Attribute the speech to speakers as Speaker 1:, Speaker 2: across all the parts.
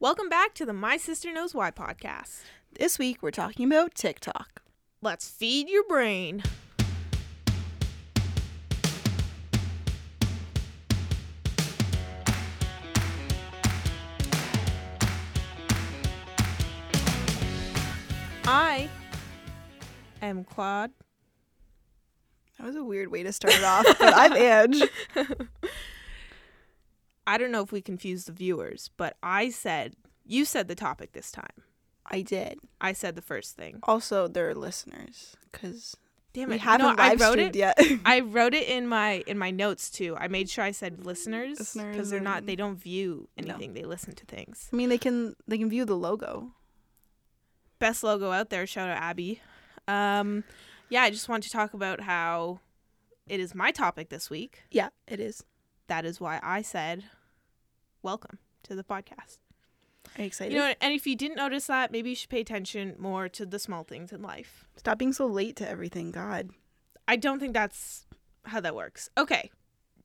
Speaker 1: Welcome back to the My Sister Knows Why podcast.
Speaker 2: This week we're talking about TikTok.
Speaker 1: Let's feed your brain. I am Claude.
Speaker 2: That was a weird way to start it off, but I'm Edge.
Speaker 1: I don't know if we confused the viewers, but I said, you said the topic this time.
Speaker 2: I did.
Speaker 1: I said the first thing.
Speaker 2: Also, they're listeners because
Speaker 1: Damn it.
Speaker 2: we
Speaker 1: No,
Speaker 2: haven't
Speaker 1: I
Speaker 2: live
Speaker 1: wrote
Speaker 2: streamed
Speaker 1: it.
Speaker 2: yet.
Speaker 1: I wrote it in my in my notes too. I made sure I said listeners because
Speaker 2: Listeners
Speaker 1: they're not
Speaker 2: and-
Speaker 1: they don't view
Speaker 2: No.
Speaker 1: anything. They listen to things.
Speaker 2: I mean, they can they can view the logo.
Speaker 1: Best logo out there. Shout out Abby. Um, yeah, I just want to talk about how it is my topic this week.
Speaker 2: Yeah, it is.
Speaker 1: That is why I said welcome to the podcast.
Speaker 2: Are you excited?
Speaker 1: You know, and if you didn't notice that, maybe you should pay attention more to the small things in life.
Speaker 2: Stop being so late to everything. God.
Speaker 1: I don't think that's how that works. Okay.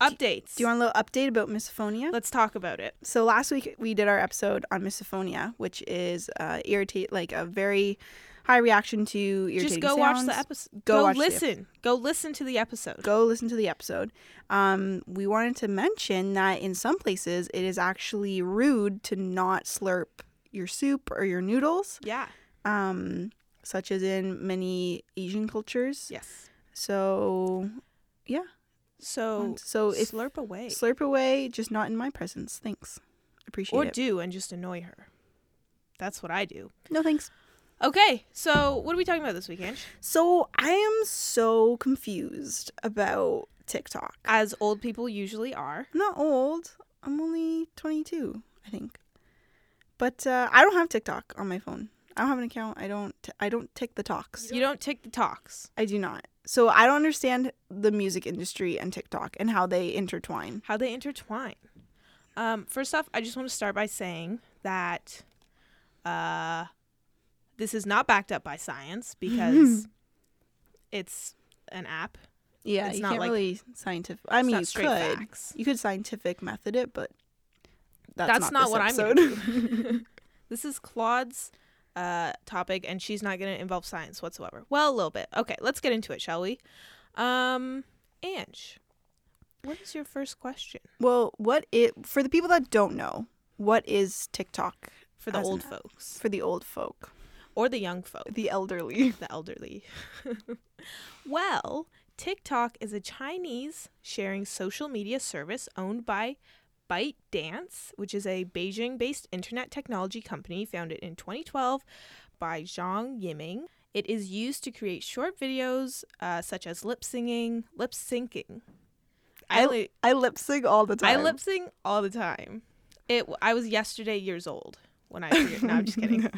Speaker 1: Updates.
Speaker 2: Do you want a little update about misophonia?
Speaker 1: Let's talk about it.
Speaker 2: So last week we did our episode on misophonia, which is uh, irritate like a very high reaction to irritating
Speaker 1: Just go watch
Speaker 2: sounds.
Speaker 1: the episode.
Speaker 2: Go
Speaker 1: Go,
Speaker 2: watch the ep-
Speaker 1: listen. go listen to the episode.
Speaker 2: go listen to the episode. Um, we wanted to mention that in some places it is actually rude to not slurp your soup or your noodles,
Speaker 1: Yeah.
Speaker 2: um, such as in many Asian cultures.
Speaker 1: Yes.
Speaker 2: So,
Speaker 1: So
Speaker 2: Oh, so if
Speaker 1: slurp away.
Speaker 2: slurp away, just not in my presence. Thanks, appreciate
Speaker 1: or
Speaker 2: it.
Speaker 1: do and just annoy her. That's what I do.
Speaker 2: no thanks.
Speaker 1: Okay. So what are we talking about this weekend?
Speaker 2: So I am so confused about TikTok.
Speaker 1: As old people usually are.
Speaker 2: I'm not old. I'm only 22, I think. But uh, I don't have TikTok on my phone. I don't have an account. I don't. T- I don't tick the talks.
Speaker 1: You don't take the talks.
Speaker 2: I do not. So I don't understand the music industry and TikTok and how they intertwine.
Speaker 1: How they intertwine. Um, first off, I just want to start by saying that uh, this is not backed up by science because it's an app.
Speaker 2: Yeah,
Speaker 1: It's
Speaker 2: it's you
Speaker 1: not
Speaker 2: not can't
Speaker 1: like-
Speaker 2: really scientific. I
Speaker 1: It's
Speaker 2: mean,
Speaker 1: not
Speaker 2: you
Speaker 1: straight
Speaker 2: could.
Speaker 1: facts.
Speaker 2: You could scientific method it, but that's,
Speaker 1: That's, not,
Speaker 2: this
Speaker 1: what I'm
Speaker 2: episode.
Speaker 1: going This is Claude's uh, topic, and she's not going to involve science whatsoever. Well, a little bit. Okay, let's get into it, shall we? Um, Ange, what is your first question
Speaker 2: well, what it for the people that don't know, what is TikTok
Speaker 1: for the
Speaker 2: As an
Speaker 1: old
Speaker 2: app.
Speaker 1: folks
Speaker 2: for the old folk,
Speaker 1: or the young folk,
Speaker 2: the elderly?
Speaker 1: the elderly? well, TikTok is a Chinese sharing social media service owned by ByteDance, which is a Beijing based internet technology company founded in 2012 by Zhang Yiming. It is used to create short videos uh, such as lip singing, lip syncing. I,
Speaker 2: I-
Speaker 1: only-
Speaker 2: I lip sync all the
Speaker 1: I
Speaker 2: time.
Speaker 1: lip sing all the time. It I was yesterday years old when I figured, no I'm just kidding.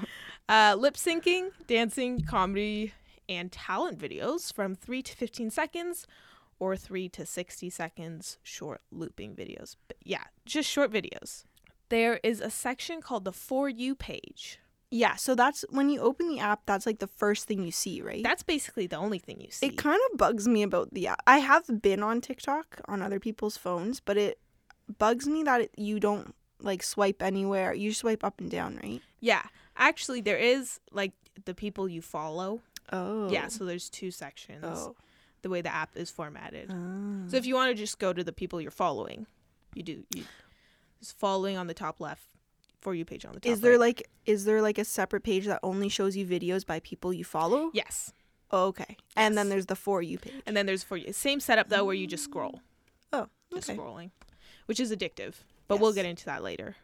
Speaker 1: Uh, lip syncing, dancing, comedy, and talent videos from 3 to 15 seconds or 3 to 60 seconds short looping videos. But yeah, just short videos. There is a section called the For You page.
Speaker 2: Yeah, so that's when you open the app, that's like the first thing you see, right?
Speaker 1: That's basically the only thing you see.
Speaker 2: it kind of bugs me about the app. I have been on TikTok on other people's phones, but it bugs me that it, you don't like swipe anywhere. You swipe up and down, right?
Speaker 1: yeah. Actually, there is like the people you follow.
Speaker 2: Oh.
Speaker 1: Yeah, so there's two sections.
Speaker 2: Oh.
Speaker 1: The way the app is formatted. So
Speaker 2: So
Speaker 1: if you want to just go to the people you're following, you do you just following on the top left for you page on the top.
Speaker 2: is there
Speaker 1: right.
Speaker 2: like is there like a separate page that only shows you videos by people you follow?
Speaker 1: yes?
Speaker 2: Oh, okay. And then
Speaker 1: Yes.
Speaker 2: there's the for you page.
Speaker 1: And then there's for you same setup though where you just scroll,
Speaker 2: Oh,
Speaker 1: just
Speaker 2: okay.
Speaker 1: scrolling, which is addictive. But we'll
Speaker 2: Yes.
Speaker 1: get into that later.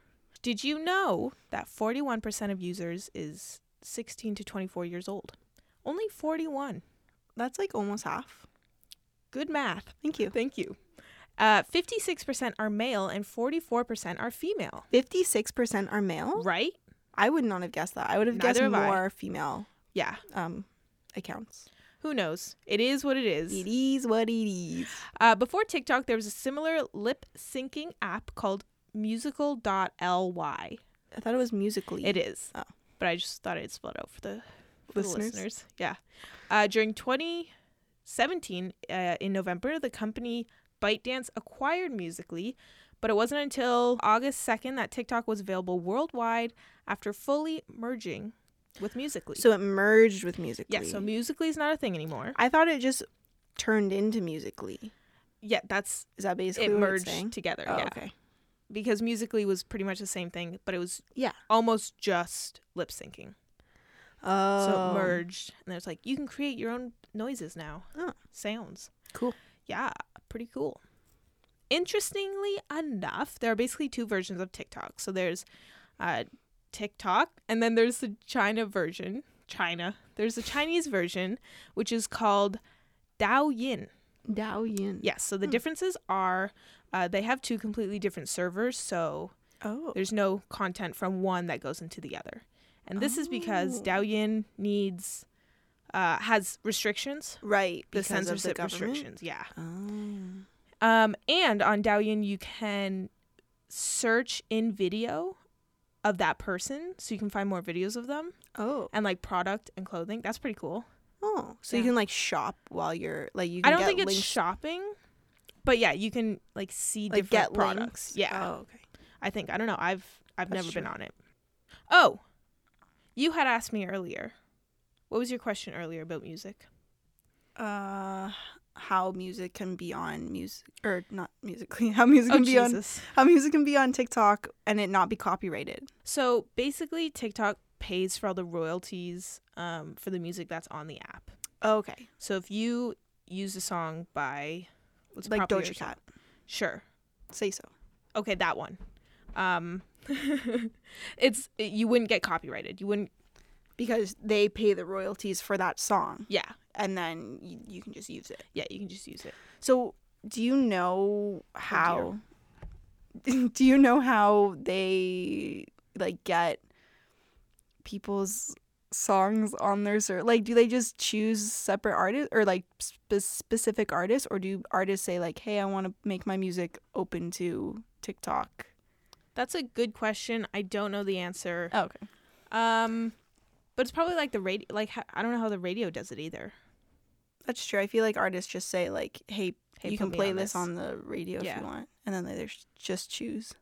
Speaker 1: Did you know that 41% of users is 16 to 24 years old? Only 41.
Speaker 2: That's like almost half.
Speaker 1: Good math.
Speaker 2: Thank you.
Speaker 1: Thank you. Uh, 56% are male and 44% are female.
Speaker 2: 56% are male?
Speaker 1: Right?
Speaker 2: I would not have guessed that. I would have
Speaker 1: Neither
Speaker 2: guessed
Speaker 1: have I.
Speaker 2: more female
Speaker 1: Yeah.
Speaker 2: um accounts.
Speaker 1: Who knows? It is what it is.
Speaker 2: It is what it is.
Speaker 1: Uh, before TikTok, there was a similar lip syncing app called musical.ly.
Speaker 2: I thought it was musically.
Speaker 1: It is.
Speaker 2: Oh.
Speaker 1: But I just thought I'd spell it out for the, for the
Speaker 2: Listeners?
Speaker 1: listeners. Yeah. Uh, during 2017, uh, in November, the company ByteDance acquired Musically, But it wasn't until August 2nd that TikTok was available worldwide after fully merging with Musically.
Speaker 2: So it merged with Musically.
Speaker 1: yeah, so Musically is not a thing anymore.
Speaker 2: I thought it just turned into Musically.
Speaker 1: Yeah, that's
Speaker 2: Is that basically
Speaker 1: it
Speaker 2: what
Speaker 1: merged
Speaker 2: it's saying?
Speaker 1: together.
Speaker 2: Oh,
Speaker 1: yeah.
Speaker 2: okay.
Speaker 1: Because Musically was pretty much the same thing, but it was
Speaker 2: Yeah.
Speaker 1: almost just lip syncing.
Speaker 2: Oh.
Speaker 1: So it merged, and it's like you can create your own noises now,
Speaker 2: Oh.
Speaker 1: sounds.
Speaker 2: Cool.
Speaker 1: Yeah, pretty cool. Interestingly enough, there are basically two versions of TikTok. So there's uh, TikTok, and then there's the China version. China. There's the Chinese version, which is called Douyin.
Speaker 2: Dao Yin.
Speaker 1: Yes. So the differences are uh, they have two completely different servers. So
Speaker 2: Oh.
Speaker 1: there's no content from one that goes into the other. And this is because
Speaker 2: Oh.
Speaker 1: Douyin needs uh, has restrictions,
Speaker 2: Right.
Speaker 1: the
Speaker 2: because of
Speaker 1: censorship
Speaker 2: government?
Speaker 1: restrictions, yeah.
Speaker 2: Oh.
Speaker 1: Um, and on Douyin you can search in video of that person, so you can find more videos of them
Speaker 2: Oh.
Speaker 1: and like product and clothing. That's pretty cool.
Speaker 2: Oh. So
Speaker 1: Yeah.
Speaker 2: you can like shop while you're like you.
Speaker 1: I
Speaker 2: Can
Speaker 1: don't
Speaker 2: get
Speaker 1: think it's
Speaker 2: links,
Speaker 1: shopping, but yeah, you can like see
Speaker 2: like
Speaker 1: different
Speaker 2: get
Speaker 1: products.
Speaker 2: Links.
Speaker 1: Yeah,
Speaker 2: Oh, okay.
Speaker 1: I think I don't know. I've I've
Speaker 2: That's
Speaker 1: never been
Speaker 2: true.
Speaker 1: on it. Oh, you had asked me earlier. What was your question earlier about music?
Speaker 2: Uh, how music can be on music or not musically? How music can be on
Speaker 1: Oh, Jesus.
Speaker 2: how music can be on TikTok and it not be copyrighted.
Speaker 1: So basically, TikTok pays for all the royalties um, for the music that's on the app.
Speaker 2: Oh, Okay.
Speaker 1: So if you use a song by what's
Speaker 2: like
Speaker 1: probably
Speaker 2: Doja
Speaker 1: your song-
Speaker 2: Cat.
Speaker 1: sure.
Speaker 2: Say so.
Speaker 1: Okay, that one. Um, it's you wouldn't get copyrighted. You wouldn't.
Speaker 2: Because they pay the royalties for that song,
Speaker 1: Yeah,
Speaker 2: and then you, you can just use it.
Speaker 1: yeah. You can just use it.
Speaker 2: So, do you know how? do you know how they like get people's songs on their ser- like? Do they just choose separate artists or like spe- specific artists, or do artists say like, "Hey, I want to make my music open to TikTok"?
Speaker 1: That's a good question. I don't know the answer.
Speaker 2: Oh, okay.
Speaker 1: Um, but it's probably like the radio. Like ho- I don't know how the radio does it either.
Speaker 2: That's true. I feel like artists just say like, "Hey,
Speaker 1: Hey,
Speaker 2: you
Speaker 1: put
Speaker 2: can
Speaker 1: me
Speaker 2: play
Speaker 1: on
Speaker 2: this
Speaker 1: this."
Speaker 2: on the radio if
Speaker 1: Yeah.
Speaker 2: you want," and then they just- just choose.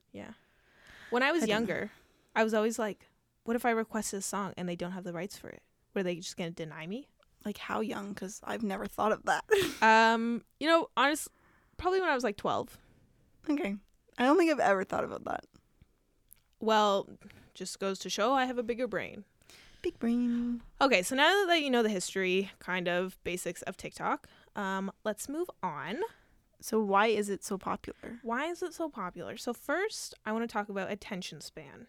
Speaker 1: When I was
Speaker 2: I don't know.
Speaker 1: younger, I was always like, "What if I request this song and they don't have the rights for it? Were they just gonna deny me?"
Speaker 2: Like how young? Because I've never thought of that.
Speaker 1: Um, you know, honest, probably when I was like twelve.
Speaker 2: Okay. I don't think I've ever thought about that.
Speaker 1: Well, just goes to show I have a bigger brain.
Speaker 2: Big brain.
Speaker 1: Okay, so now that you know the history, kind of basics of TikTok, um, let's move on.
Speaker 2: So why is it so popular?
Speaker 1: Why is it so popular? So first, I want to talk about attention span,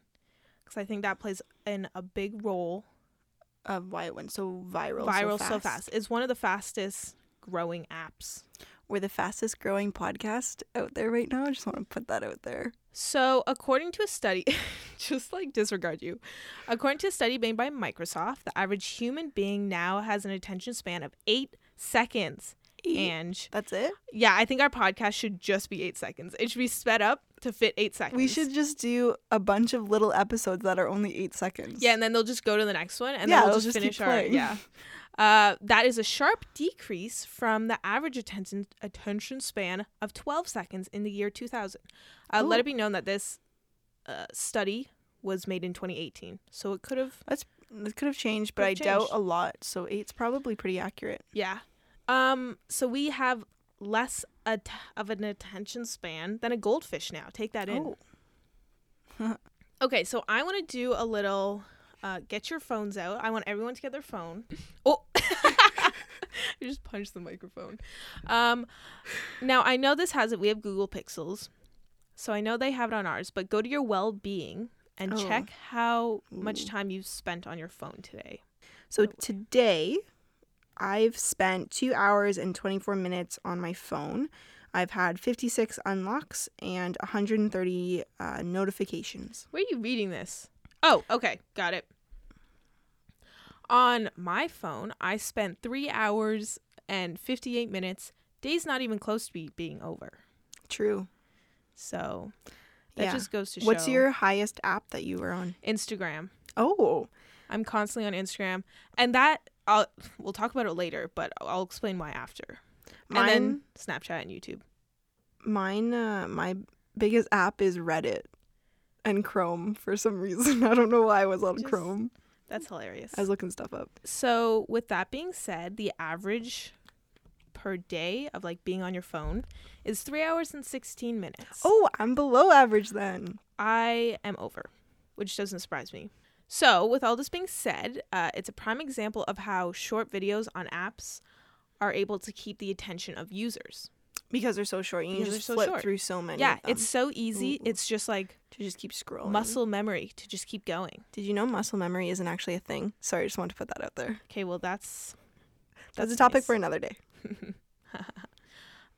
Speaker 1: because I think that plays in a big role.
Speaker 2: Of why it went so viral.
Speaker 1: Viral
Speaker 2: so fast.
Speaker 1: so fast. It's one of the fastest growing apps.
Speaker 2: We're the fastest growing podcast out there right now. I just want to put that out there.
Speaker 1: So, according to a study, just like disregard you, according to a study made by Microsoft, the average human being now has an attention span of eight seconds. And
Speaker 2: That's it.
Speaker 1: yeah, I think our podcast should just be eight seconds. It should be sped up to fit eight seconds.
Speaker 2: We should just do a bunch of little episodes that are only eight seconds.
Speaker 1: Yeah, and then they'll just go to the next one and
Speaker 2: Yeah,
Speaker 1: then we'll
Speaker 2: they'll
Speaker 1: just,
Speaker 2: just keep
Speaker 1: finish our.
Speaker 2: playing.
Speaker 1: Yeah. Uh, that is a sharp decrease from the average attention attention span of 12 seconds in the year 2000. Uh, let
Speaker 2: Ooh.
Speaker 1: it be known that this uh, study was made in 2018. So it could have.
Speaker 2: This could have changed, but I
Speaker 1: Could've
Speaker 2: doubt
Speaker 1: changed.
Speaker 2: a lot. So eight's probably pretty accurate.
Speaker 1: Yeah. Um, so we have less at- of an attention span than a goldfish now. Take that
Speaker 2: Oh.
Speaker 1: in. Okay, so I want to do a little. Uh, get your phones out. I want everyone to get their phone. Oh, you just punched the microphone. Um, now I know this has it. We have Google Pixels, so I know they have it on ours. But go to your well-being and
Speaker 2: Oh.
Speaker 1: check how much
Speaker 2: Ooh.
Speaker 1: time you've spent on your phone today.
Speaker 2: So
Speaker 1: Oh, Okay.
Speaker 2: today, I've spent two hours and 24 minutes on my phone. I've had 56 unlocks and 130 uh, notifications.
Speaker 1: Where are you reading this? Oh, okay, got it. On my phone, I spent three hours and fifty-eight minutes. Day's not even close to be being over.
Speaker 2: True.
Speaker 1: So that
Speaker 2: yeah.
Speaker 1: just goes to show.
Speaker 2: What's your highest app that you were on?
Speaker 1: Instagram?
Speaker 2: Oh,
Speaker 1: I'm constantly on Instagram, and that I'll we'll talk about it later, but I'll explain why after. And
Speaker 2: mine.
Speaker 1: then Snapchat and YouTube.
Speaker 2: mine. Uh, my biggest app is Reddit and Chrome for some reason. I don't know why I was on
Speaker 1: Just-
Speaker 2: Chrome.
Speaker 1: That's hilarious.
Speaker 2: I was looking stuff up.
Speaker 1: So, with that being said, the average per day of like being on your phone is three hours and 16 minutes.
Speaker 2: Oh, I'm below average then.
Speaker 1: I am over, which doesn't surprise me. So, with all this being said, uh, it's a prime example of how short videos on apps are able to keep the attention of users.
Speaker 2: Because they're so short, you
Speaker 1: Because
Speaker 2: can just
Speaker 1: they're so
Speaker 2: flip
Speaker 1: short.
Speaker 2: through so many.
Speaker 1: yeah,
Speaker 2: of them
Speaker 1: it's so easy.
Speaker 2: Ooh.
Speaker 1: It's just like
Speaker 2: to just keep scrolling.
Speaker 1: muscle memory to just keep going.
Speaker 2: Did you know muscle memory isn't actually a thing? Sorry, I just wanted to put that out there.
Speaker 1: Okay, well, that's
Speaker 2: That's, a topic
Speaker 1: nice.
Speaker 2: for another day.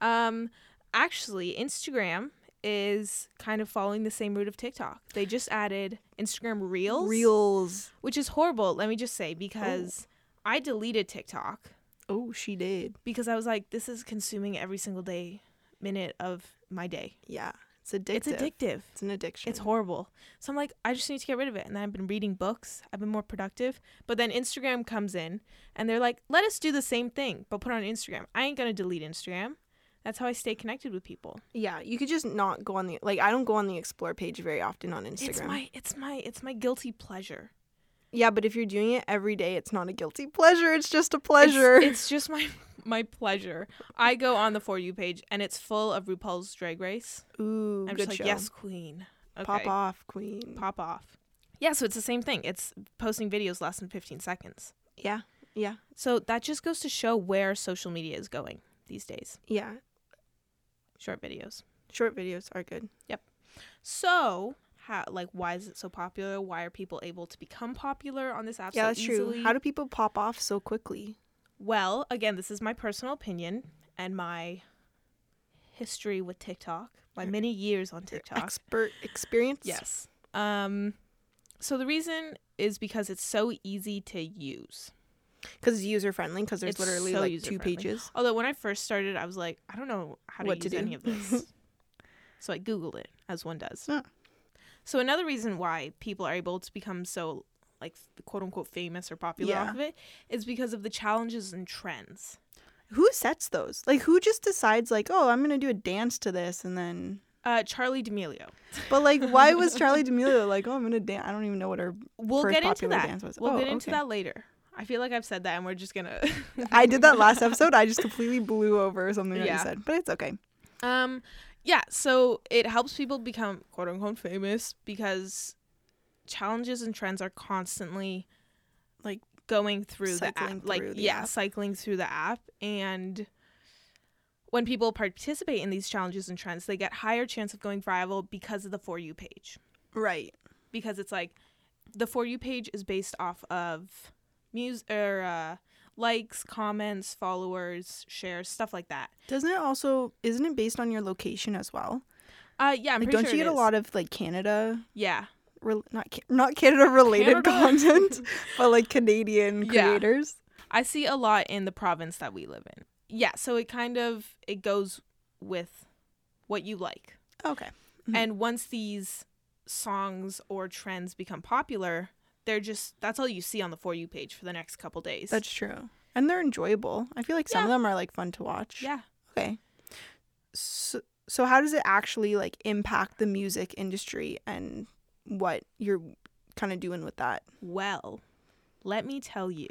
Speaker 1: Um, actually, Instagram is kind of following the same route of TikTok. They just added Instagram Reels,
Speaker 2: Reels.
Speaker 1: which is horrible. Let me just say because I deleted TikTok
Speaker 2: Oh, she did.
Speaker 1: because I was like, this is consuming every single day minute of my day.
Speaker 2: Yeah, it's addictive.
Speaker 1: It's addictive.
Speaker 2: It's an addiction.
Speaker 1: It's horrible. So I'm like, I just need to get rid of it. And I've been reading books. I've been more productive. But then Instagram comes in and they're like, let us do the same thing, but put it on Instagram. I ain't going to delete Instagram. That's how I stay connected with people.
Speaker 2: yeah, you could just not go on the like. I don't go on the explore page very often on Instagram.
Speaker 1: It's my it's my it's my guilty pleasure.
Speaker 2: yeah, but if you're doing it every day, it's not a guilty pleasure. It's just a
Speaker 1: It's-
Speaker 2: pleasure.
Speaker 1: It's, just my my pleasure. I go on the for you page and it's full of RuPaul's Drag Race.
Speaker 2: Ooh,
Speaker 1: I'm
Speaker 2: good
Speaker 1: just like,
Speaker 2: show.
Speaker 1: yes, queen. Okay.
Speaker 2: Pop off, queen.
Speaker 1: Pop off. Yeah, so it's the same thing. It's posting videos less than 15 seconds.
Speaker 2: Yeah, yeah,
Speaker 1: So that just goes to show where social media is going these days.
Speaker 2: yeah.
Speaker 1: Short videos.
Speaker 2: Short videos are good.
Speaker 1: So, how like why is it so popular? Why are people able to become popular on this app
Speaker 2: yeah,
Speaker 1: so
Speaker 2: that's
Speaker 1: easily?
Speaker 2: true. How do people pop off so quickly?
Speaker 1: Well, again, this is my personal opinion and my history with TikTok, my
Speaker 2: Your-
Speaker 1: many years on
Speaker 2: Your
Speaker 1: TikTok.
Speaker 2: Expert experience.
Speaker 1: yes. Um, so the reason is because it's so easy to use.
Speaker 2: because it's user friendly. Because there's
Speaker 1: It's
Speaker 2: literally
Speaker 1: so
Speaker 2: like two
Speaker 1: user-friendly.
Speaker 2: pages.
Speaker 1: Although when I first started, I was like, I don't know how to
Speaker 2: What
Speaker 1: use
Speaker 2: to do.
Speaker 1: any of this. so I Googled it, as one does.
Speaker 2: Yeah.
Speaker 1: So another reason why people are able to become so like quote unquote famous or popular
Speaker 2: Yeah.
Speaker 1: off of it is because of the challenges and trends.
Speaker 2: Who sets those? Like who just decides like, oh, I'm gonna do a dance to this, and then.
Speaker 1: Uh, Charlie D'Amelio.
Speaker 2: But like, why was Charlie D'Amelio like, oh, I'm gonna dance? I don't even know what her.
Speaker 1: We'll
Speaker 2: first
Speaker 1: get into
Speaker 2: popular
Speaker 1: that.
Speaker 2: dance was.
Speaker 1: We'll
Speaker 2: Oh,
Speaker 1: get into
Speaker 2: okay.
Speaker 1: that later. I feel like I've said that, and we're just gonna.
Speaker 2: I did that last episode. I just completely blew over something that
Speaker 1: Yeah.
Speaker 2: you said, but it's okay.
Speaker 1: um, yeah. So it helps people become quote unquote famous because challenges and trends are constantly
Speaker 2: Like,
Speaker 1: going through the
Speaker 2: cycling
Speaker 1: app, like
Speaker 2: through the
Speaker 1: yeah,
Speaker 2: app.
Speaker 1: cycling through the app, and when people participate in these challenges and trends, they get higher chance of going viral because of the for you page.
Speaker 2: Right.
Speaker 1: because it's like the for you page is based off of mus or uh, likes, comments, followers, shares, stuff like that.
Speaker 2: Doesn't it also? Isn't it based on your location as well?
Speaker 1: Uh, yeah, I'm
Speaker 2: like,
Speaker 1: pretty
Speaker 2: don't
Speaker 1: sure
Speaker 2: you
Speaker 1: it
Speaker 2: get a
Speaker 1: is.
Speaker 2: lot of like Canada?
Speaker 1: Yeah,
Speaker 2: Re- not ca- not Canada related
Speaker 1: Canada.
Speaker 2: content, but like Canadian
Speaker 1: Yeah.
Speaker 2: creators.
Speaker 1: I see a lot in the province that we live in. Yeah, so it kind of it goes with what you like.
Speaker 2: Okay. Mhm.
Speaker 1: And once these songs or trends become popular, they're just that's all you see on the for you page for the next couple days.
Speaker 2: That's true. And they're enjoyable. I feel like some of them are like fun to watch.
Speaker 1: yeah.
Speaker 2: Okay. So, so how does it actually like impact the music industry and what you're kind of doing with that?
Speaker 1: Well, let me tell you.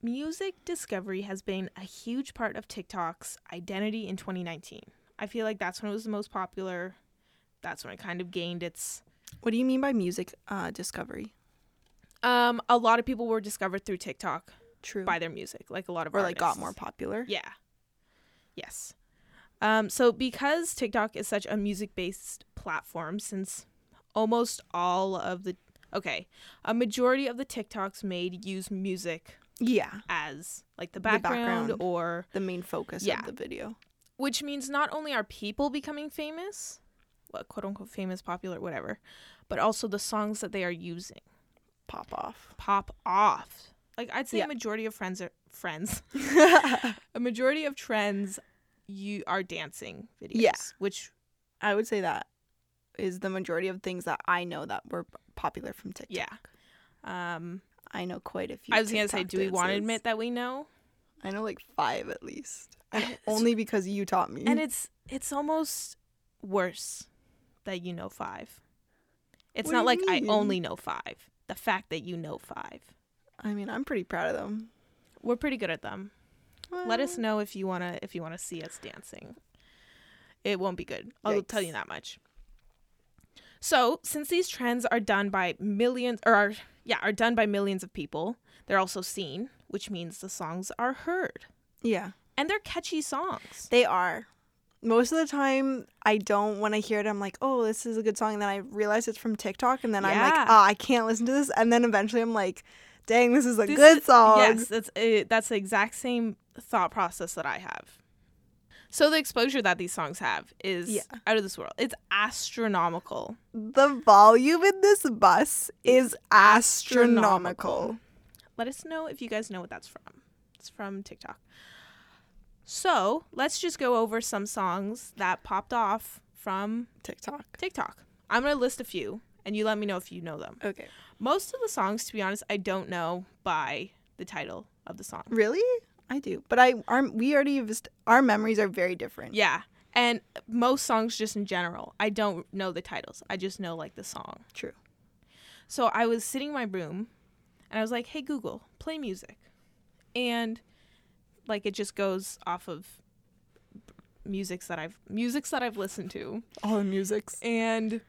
Speaker 1: Music discovery has been a huge part of TikTok's identity in 2019. I feel like that's when it was the most popular. That's when it kind of gained its.
Speaker 2: What do you mean by music uh, discovery?
Speaker 1: Um, a lot of people were discovered through TikTok
Speaker 2: True.
Speaker 1: by their music, like a lot of
Speaker 2: or like got
Speaker 1: artists.
Speaker 2: more popular?
Speaker 1: Yeah. Yes. Um, so because TikTok is such a music based platform, since almost all of the okay, a majority of the TikToks made use music
Speaker 2: Yeah.
Speaker 1: as like the background,
Speaker 2: background.
Speaker 1: or
Speaker 2: The main focus
Speaker 1: Yeah.
Speaker 2: of the video.
Speaker 1: which means not only are people becoming famous, well, quote unquote famous, popular, whatever, but also the songs that they are using
Speaker 2: Pop off.
Speaker 1: pop off. Like I'd say
Speaker 2: Yeah.
Speaker 1: a majority of friends are friends. a majority of trends you are dancing videos.
Speaker 2: Yeah.
Speaker 1: Which
Speaker 2: I would say that is the majority of things that I know that were popular from TikTok.
Speaker 1: yeah. Um
Speaker 2: I know quite a few.
Speaker 1: I was gonna say,
Speaker 2: TikTok
Speaker 1: do we want to
Speaker 2: dances.
Speaker 1: admit that we know?
Speaker 2: I know like five at least. And
Speaker 1: It's-
Speaker 2: only because you taught me.
Speaker 1: And it's it's almost worse that you know five. It's
Speaker 2: What do
Speaker 1: not
Speaker 2: you
Speaker 1: like
Speaker 2: mean?
Speaker 1: I only know five. The fact that you know five.
Speaker 2: I mean, I'm pretty proud of them.
Speaker 1: We're pretty good at them. Let us
Speaker 2: Well,
Speaker 1: know if you wanna if you wanna see us dancing. It won't be good. I'll tell you
Speaker 2: Yikes.
Speaker 1: that much. So since these trends are done by millions or are yeah, are done by millions of people, they're also seen, which means the songs are heard.
Speaker 2: Yeah,
Speaker 1: And they're catchy songs.
Speaker 2: they are. Most of the time, I don't when I hear it. I'm like, oh, this is a good song. And then I realize it's from TikTok, and then I'm like,
Speaker 1: Yeah.
Speaker 2: ah, I can't listen to this. And then eventually, I'm like, dang, this is a
Speaker 1: This-
Speaker 2: good song.
Speaker 1: Yes, that's uh, that's the exact same thought process that I have. So the exposure that these songs have is
Speaker 2: Yeah.
Speaker 1: out of this world. It's astronomical.
Speaker 2: The volume in this bus is astronomical.
Speaker 1: Let us know if you guys know what that's from. It's from TikTok. So let's just go over some songs that popped off from
Speaker 2: TikTok.
Speaker 1: TikTok. I'm gonna list a few, and you let me know if you know them.
Speaker 2: Okay.
Speaker 1: Most of the songs, to be honest, I don't know by the title of the song.
Speaker 2: Really? I do. But I our we already have est- our memories are very different.
Speaker 1: Yeah. And most songs just in general, I don't know the titles. I just know like the song.
Speaker 2: True.
Speaker 1: So I was sitting in my room and I was like, "Hey Google, play music." And like it just goes off of musics that I've musics that I've listened to.
Speaker 2: All the music's
Speaker 1: And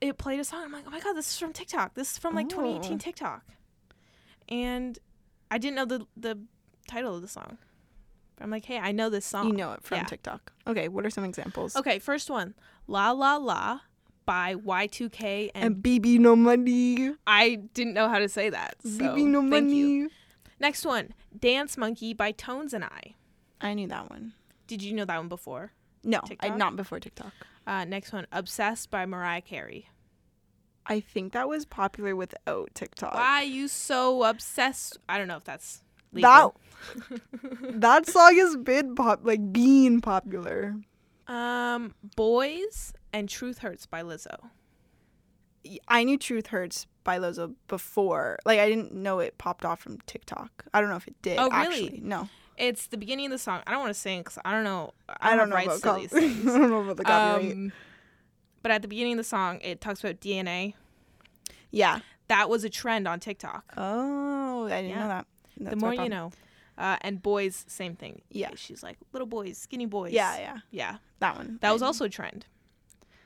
Speaker 1: it played a song. I'm like, "Oh my god, this is from TikTok. This is from like 2018
Speaker 2: Oh.
Speaker 1: TikTok." And I didn't know the the title of the song. But I'm like, "Hey, I know this song."
Speaker 2: you know it from
Speaker 1: Yeah.
Speaker 2: TikTok. Okay, what are some examples?
Speaker 1: Okay, first one, La La La by Y2K, and,
Speaker 2: And BB no money.
Speaker 1: I didn't know how to say that. So
Speaker 2: BB no
Speaker 1: thank
Speaker 2: money.
Speaker 1: you. Next one, Dance Monkey by Tones and I.
Speaker 2: I knew that one.
Speaker 1: Did you know that one before?
Speaker 2: No, I,
Speaker 1: TikTok?
Speaker 2: not before TikTok.
Speaker 1: Uh, next one, Obsessed by Mariah Carey.
Speaker 2: I think that was popular without TikTok.
Speaker 1: Why you so obsessed? I don't know if that's
Speaker 2: That
Speaker 1: legal.
Speaker 2: that song has been pop like being popular.
Speaker 1: um, Boys and Truth Hurts by Lizzo.
Speaker 2: I knew Truth Hurts by Lozo before. Like I didn't know it popped off from TikTok. I don't know if it did.
Speaker 1: Oh, really?
Speaker 2: Actually. No,
Speaker 1: It's the beginning of the song. I don't want to sing because I don't know.
Speaker 2: I
Speaker 1: have
Speaker 2: don't know about
Speaker 1: rights to
Speaker 2: cop-
Speaker 1: these
Speaker 2: I
Speaker 1: things.
Speaker 2: don't know about the copyright.
Speaker 1: Um, but at the beginning of the song, it talks about DNA.
Speaker 2: yeah.
Speaker 1: That was a trend on TikTok.
Speaker 2: Oh, I didn't
Speaker 1: Yeah.
Speaker 2: know that.
Speaker 1: the
Speaker 2: That's
Speaker 1: more
Speaker 2: my
Speaker 1: you
Speaker 2: problem.
Speaker 1: know. Uh, and boys, same thing.
Speaker 2: Yeah.
Speaker 1: She's like, little boys, skinny boys.
Speaker 2: Yeah, yeah,
Speaker 1: Yeah.
Speaker 2: that one.
Speaker 1: That was
Speaker 2: I-
Speaker 1: also a trend.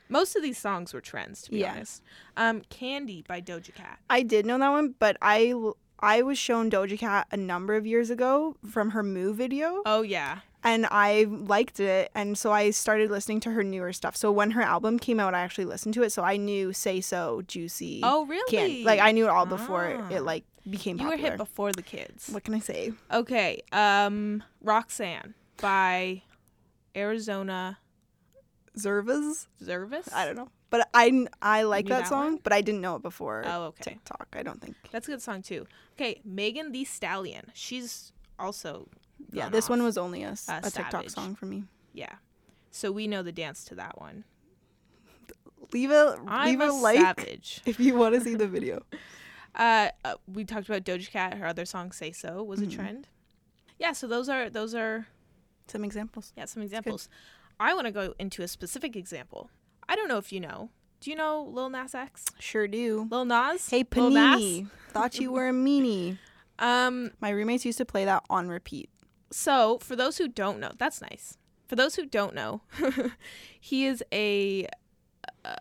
Speaker 1: Most of these songs were trends, to be
Speaker 2: Yeah.
Speaker 1: honest. Um, Candy by Doja Cat.
Speaker 2: I did know that one, but I l- I was shown Doja Cat a number of years ago from her Moo video,
Speaker 1: Oh, yeah.
Speaker 2: and I liked it, and so I started listening to her newer stuff. So when her album came out, I actually listened to it, so I knew "Say So," "Juicy,"
Speaker 1: Oh, really?
Speaker 2: Candy. Like I knew it all before
Speaker 1: Ah.
Speaker 2: it like became
Speaker 1: You
Speaker 2: popular.
Speaker 1: were hit before the kids.
Speaker 2: What can I say?
Speaker 1: Okay. Um, Roxanne by Arizona
Speaker 2: Zervas?
Speaker 1: Zervis.
Speaker 2: I don't know. But I I like
Speaker 1: knew
Speaker 2: that,
Speaker 1: that
Speaker 2: song,
Speaker 1: one?
Speaker 2: but I didn't know it before
Speaker 1: Oh, okay.
Speaker 2: TikTok. I don't think.
Speaker 1: That's a good song too. Okay, Megan the Stallion. She's also
Speaker 2: Yeah,
Speaker 1: gone
Speaker 2: this one
Speaker 1: off.
Speaker 2: was only a, s-
Speaker 1: Uh,
Speaker 2: a TikTok
Speaker 1: Savage.
Speaker 2: song for me.
Speaker 1: yeah. So we know the dance to that one.
Speaker 2: Leave a
Speaker 1: I'm
Speaker 2: leave a,
Speaker 1: a
Speaker 2: like
Speaker 1: savage.
Speaker 2: if you want to see the video.
Speaker 1: Uh, uh, we talked about Doja Cat. Her other song "Say So" was
Speaker 2: Mm-hmm.
Speaker 1: a trend. Yeah. So those are those are
Speaker 2: Some examples.
Speaker 1: yeah some examples. I want to go into a specific example. I don't know if you know. Do you know Lil Nas X?
Speaker 2: Sure do.
Speaker 1: Lil Nas?
Speaker 2: Hey
Speaker 1: Lil Nas?
Speaker 2: Panini, thought you were a meanie.
Speaker 1: Um.
Speaker 2: My roommates used to play that on repeat.
Speaker 1: So for those who don't know, that's nice. For those who don't know, he is a uh,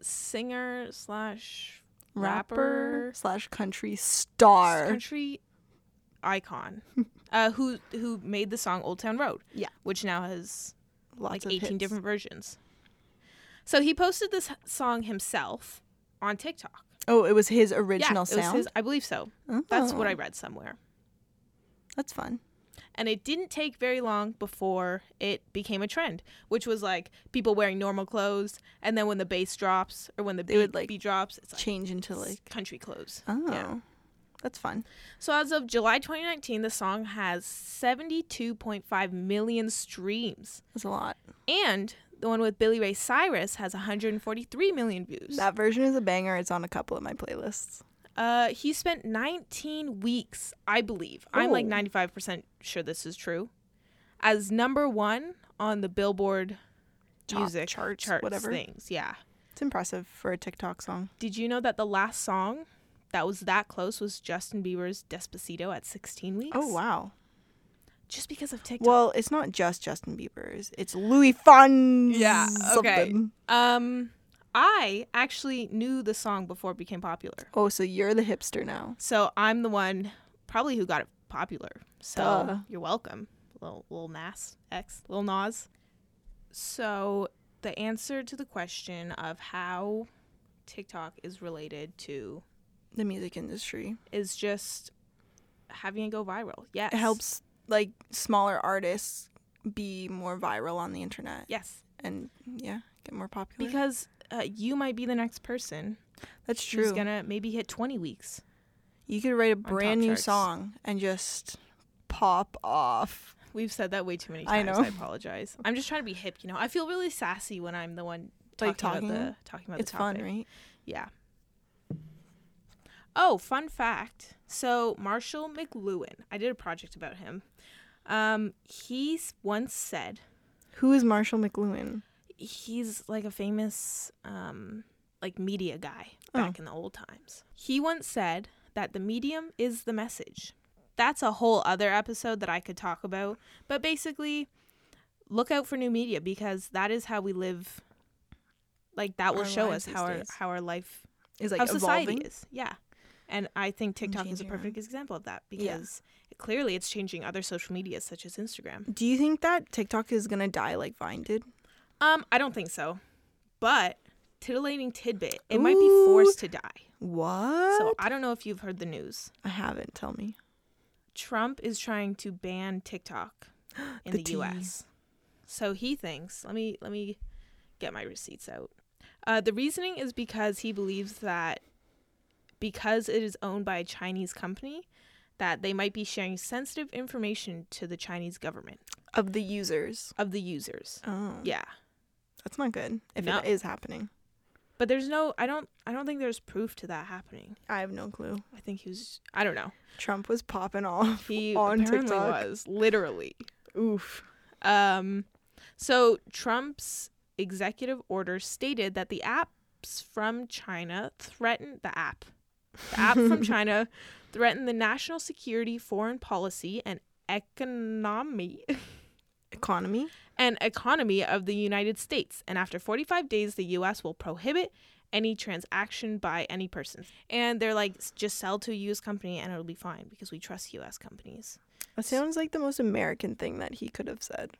Speaker 1: singer slash
Speaker 2: Rapper
Speaker 1: Rapper.
Speaker 2: slash country star.
Speaker 1: country icon uh, who who made the song Old Town Road.
Speaker 2: Yeah.
Speaker 1: Which now has
Speaker 2: Lots
Speaker 1: like
Speaker 2: of
Speaker 1: 18
Speaker 2: hits.
Speaker 1: different versions. So he posted this h- song himself on TikTok.
Speaker 2: Oh, it was his original
Speaker 1: yeah, It
Speaker 2: sound.
Speaker 1: was his, I believe so. That's what
Speaker 2: Oh,
Speaker 1: I read somewhere.
Speaker 2: That's fun.
Speaker 1: And it didn't take very long before it became a trend, which was like people wearing normal clothes, and then when the bass drops or when the
Speaker 2: They
Speaker 1: beat,
Speaker 2: would, like,
Speaker 1: beat drops, it's like,
Speaker 2: Change into like
Speaker 1: country clothes.
Speaker 2: oh,
Speaker 1: Yeah.
Speaker 2: that's fun.
Speaker 1: So as of July 2019, the song has 72.5 million streams,
Speaker 2: That's a lot.
Speaker 1: and the one with Billy Ray Cyrus has 143 million views.
Speaker 2: That version is a banger. It's on a couple of my playlists.
Speaker 1: Uh, he spent 19 weeks, I believe. I'm like
Speaker 2: Ooh.
Speaker 1: 95% sure this is true, as number one on the Billboard
Speaker 2: top
Speaker 1: music
Speaker 2: charts,
Speaker 1: charts
Speaker 2: whatever.
Speaker 1: things. Yeah.
Speaker 2: It's impressive for a TikTok song.
Speaker 1: Did you know that the last song that was that close was Justin Bieber's Despacito at 16 weeks?
Speaker 2: Oh wow.
Speaker 1: Just because of TikTok.
Speaker 2: Well, it's not just Justin Bieber's. It's Louis Fun.
Speaker 1: Yeah, okay.
Speaker 2: something.
Speaker 1: um I actually knew the song before it became popular.
Speaker 2: Oh, so you're the hipster now.
Speaker 1: So I'm the one probably who got it popular. So
Speaker 2: Duh.
Speaker 1: you're welcome, little little Nas X, little Nas. So the answer to the question of how TikTok is related to
Speaker 2: The music industry.
Speaker 1: is just having it go viral. Yes,
Speaker 2: It helps like smaller artists be more viral on the internet
Speaker 1: Yes,
Speaker 2: and yeah, get more popular.
Speaker 1: because uh, you might be the next person
Speaker 2: That's
Speaker 1: who's
Speaker 2: true.
Speaker 1: gonna maybe hit 20 weeks.
Speaker 2: you could write a
Speaker 1: top
Speaker 2: brand new
Speaker 1: charts.
Speaker 2: song and just pop off.
Speaker 1: We've said that way too many
Speaker 2: I
Speaker 1: times. I,
Speaker 2: know.
Speaker 1: apologize. I'm just trying to be hip. You know, I feel really sassy when I'm the one talking,
Speaker 2: Like, talking?
Speaker 1: about the talking about
Speaker 2: It's
Speaker 1: the topic.
Speaker 2: fun, right?
Speaker 1: Yeah. Oh, fun fact. So, Marshall McLuhan, I did a project about him. Um, he's once said
Speaker 2: Who is Marshall McLuhan?
Speaker 1: he's like a famous um like media guy
Speaker 2: Oh.
Speaker 1: back in the old times. He once said that the medium is the message. That's a whole other episode that I could talk about, but basically look out for new media because that is how we live like that will
Speaker 2: Our
Speaker 1: show us
Speaker 2: lives these
Speaker 1: how our,
Speaker 2: days.
Speaker 1: how our life
Speaker 2: Is like
Speaker 1: how
Speaker 2: evolving.
Speaker 1: society is. Yeah. And I think TikTok is a
Speaker 2: changing around.
Speaker 1: perfect example of that
Speaker 2: Yeah.
Speaker 1: because clearly it's changing other social medias such as Instagram.
Speaker 2: Do you think that TikTok is gonna die like Vine did?
Speaker 1: Um, I don't think so. But titillating tidbit, it might be forced to die.
Speaker 2: What?
Speaker 1: So I don't know if you've heard the news.
Speaker 2: I haven't. Tell me.
Speaker 1: Trump is trying to ban TikTok in
Speaker 2: The
Speaker 1: the,
Speaker 2: tea.
Speaker 1: US. So he thinks, let me let me get my receipts out. Uh, the reasoning is because he believes that because it is owned by a Chinese company, that they might be sharing sensitive information to the Chinese government
Speaker 2: Of the users.
Speaker 1: of the users.
Speaker 2: Oh,
Speaker 1: Yeah.
Speaker 2: that's not good. If
Speaker 1: No.
Speaker 2: it is happening,
Speaker 1: But there's no I don't I don't think there's proof to that happening.
Speaker 2: I have no clue.
Speaker 1: I think he was I don't know.
Speaker 2: Trump was popping off.
Speaker 1: He
Speaker 2: On
Speaker 1: apparently
Speaker 2: TikTok.
Speaker 1: was literally.
Speaker 2: Oof.
Speaker 1: Um, so Trump's executive order stated that the apps from China threaten the app. The app from China threaten the national security, foreign policy, and economy
Speaker 2: Economy.
Speaker 1: and economy of the United States. And after 45 days, the U.S. will prohibit any transaction by any person. And they're like, "S- just sell to a U.S. company and it'll be fine because we trust U.S. companies.
Speaker 2: That sounds like the most American thing that he could have said.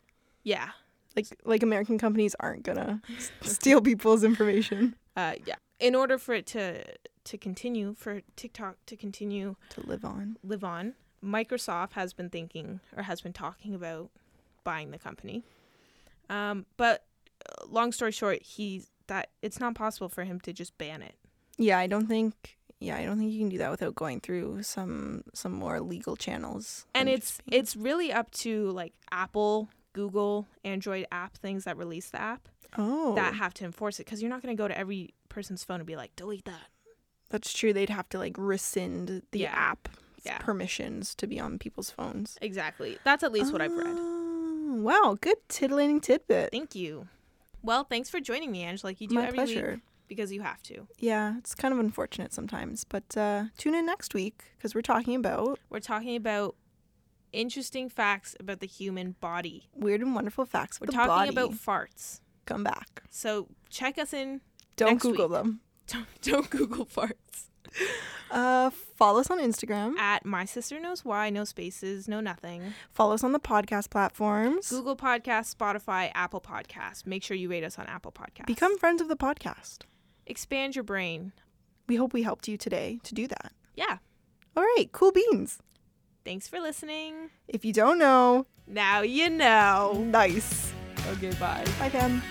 Speaker 1: Yeah.
Speaker 2: Like, like American companies aren't gonna s- steal people's information
Speaker 1: uh, yeah in order for it to to continue for tiktok to continue
Speaker 2: to live on.
Speaker 1: live on microsoft has been thinking or has been talking about buying the company um, but uh, long story short he's that it's not possible for him to just ban it
Speaker 2: Yeah, I don't think. Yeah, I don't think you can do that without going through some some more legal channels.
Speaker 1: and
Speaker 2: than
Speaker 1: it's
Speaker 2: just being-
Speaker 1: it's really up to like apple google android app things that release the app
Speaker 2: oh
Speaker 1: that have to enforce it because you're not going to go to every person's phone and be like delete that
Speaker 2: that's true. They'd have to like rescind the
Speaker 1: Yeah.
Speaker 2: app
Speaker 1: Yeah.
Speaker 2: permissions to be on people's phones.
Speaker 1: exactly that's at least what i've read
Speaker 2: Oh, Wow, good titillating tidbit.
Speaker 1: Thank you. Well, thanks for joining me, Ange. Like you do
Speaker 2: My
Speaker 1: every
Speaker 2: pleasure.
Speaker 1: week because you have to.
Speaker 2: Yeah, it's kind of unfortunate sometimes, but uh, tune in next week because we're talking about
Speaker 1: We're talking about interesting facts about the human body.
Speaker 2: weird and wonderful facts.
Speaker 1: We're
Speaker 2: with the
Speaker 1: talking
Speaker 2: body.
Speaker 1: about farts.
Speaker 2: come back.
Speaker 1: So check us in.
Speaker 2: Don't
Speaker 1: Next
Speaker 2: Google
Speaker 1: week.
Speaker 2: them.
Speaker 1: Don't, don't Google farts.
Speaker 2: Uh, follow us on Instagram.
Speaker 1: At my sister knows why, no spaces, no nothing.
Speaker 2: Follow us on the podcast platforms.
Speaker 1: Google Podcast, Spotify, Apple Podcast. Make sure you rate us on Apple Podcast.
Speaker 2: Become friends of the podcast.
Speaker 1: expand your brain.
Speaker 2: We hope we helped you today to do that.
Speaker 1: Yeah.
Speaker 2: All right, cool beans.
Speaker 1: Thanks for listening.
Speaker 2: If you don't know,
Speaker 1: Now you know.
Speaker 2: nice.
Speaker 1: Okay, bye.
Speaker 2: Bye, Pam.